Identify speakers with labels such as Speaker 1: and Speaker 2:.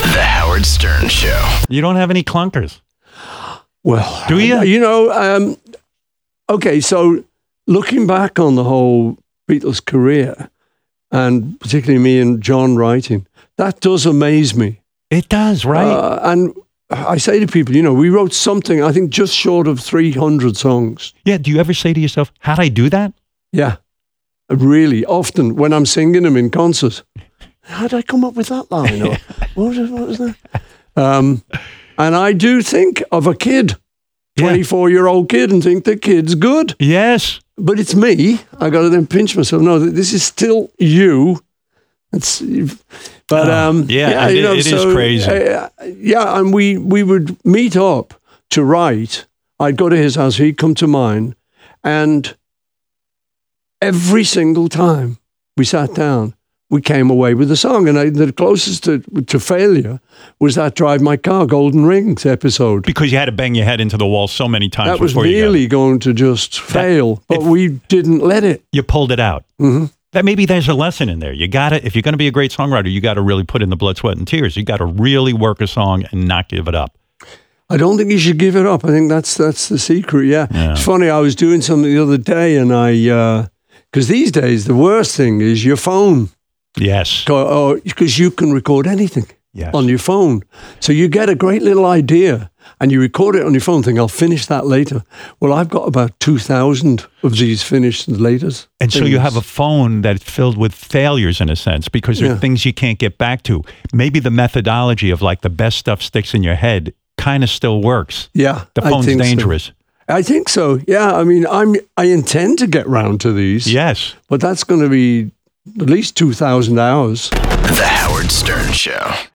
Speaker 1: Howard Stern Show.
Speaker 2: You don't have any clunkers.
Speaker 3: Well,
Speaker 2: Do you?
Speaker 3: I- You know, um, okay. So looking back on the whole Beatles career, and particularly me and John writing, that does amaze me.
Speaker 2: It does, right?
Speaker 3: Uh, and I say to people, you know, we wrote something. I think just short of three hundred songs.
Speaker 2: yeah. Do you ever say to yourself, "How'd I do that?"
Speaker 3: Yeah, really often when I'm singing them in concert. How did I come up with that line? Or what, was, what was that? Um, and I do think of a kid,
Speaker 2: Yeah.
Speaker 3: twenty-four-year-old kid, and think the kid's good.
Speaker 2: Yes.
Speaker 3: but it's me. I got to then pinch myself. No, th- this is still you. It's, but
Speaker 2: Ah,
Speaker 3: um,
Speaker 2: yeah, it
Speaker 3: you
Speaker 2: i- it is crazy.
Speaker 3: uh, yeah, and we we would meet up to write. I'd go to his house. He'd come to mine, and every single time we sat down, we came away with a song. And I, the closest to to failure was that "Drive My Car" Golden Rings episode.
Speaker 2: Because you had to bang your head into the wall so many times
Speaker 3: That was
Speaker 2: before you got
Speaker 3: nearly going to just fail, but
Speaker 2: if-
Speaker 3: we didn't let it.
Speaker 2: you pulled it out.
Speaker 3: Mhm.
Speaker 2: That maybe there's a lesson in there. You got to if you're going to be a great songwriter, you got to really put in the blood, sweat, and tears. You got to really work a song and not give it up.
Speaker 3: I don't think you should give it up. I think that's that's the secret. Yeah,
Speaker 2: Yeah.
Speaker 3: it's funny. I was doing something the other day, and I because these days the worst thing is your phone,
Speaker 2: Yes.
Speaker 3: because you can record anything
Speaker 2: Yes.
Speaker 3: on your phone. So you get a great little idea, and you record it on your phone. Think I'll finish that later. Well, I've got about two thousand of these finished and laters.
Speaker 2: And so you
Speaker 3: things.
Speaker 2: have a phone that's filled with failures in a sense because there are
Speaker 3: Yeah.
Speaker 2: things you can't get back to. Maybe the methodology of like the best stuff sticks in your head kind of still works.
Speaker 3: yeah.
Speaker 2: The
Speaker 3: I
Speaker 2: phone's
Speaker 3: think so.
Speaker 2: dangerous.
Speaker 3: I think so. Yeah. I mean, I'm I intend to get round to these.
Speaker 2: Yes.
Speaker 3: But that's going to be at least two thousand hours.
Speaker 1: The Howard Stern Show.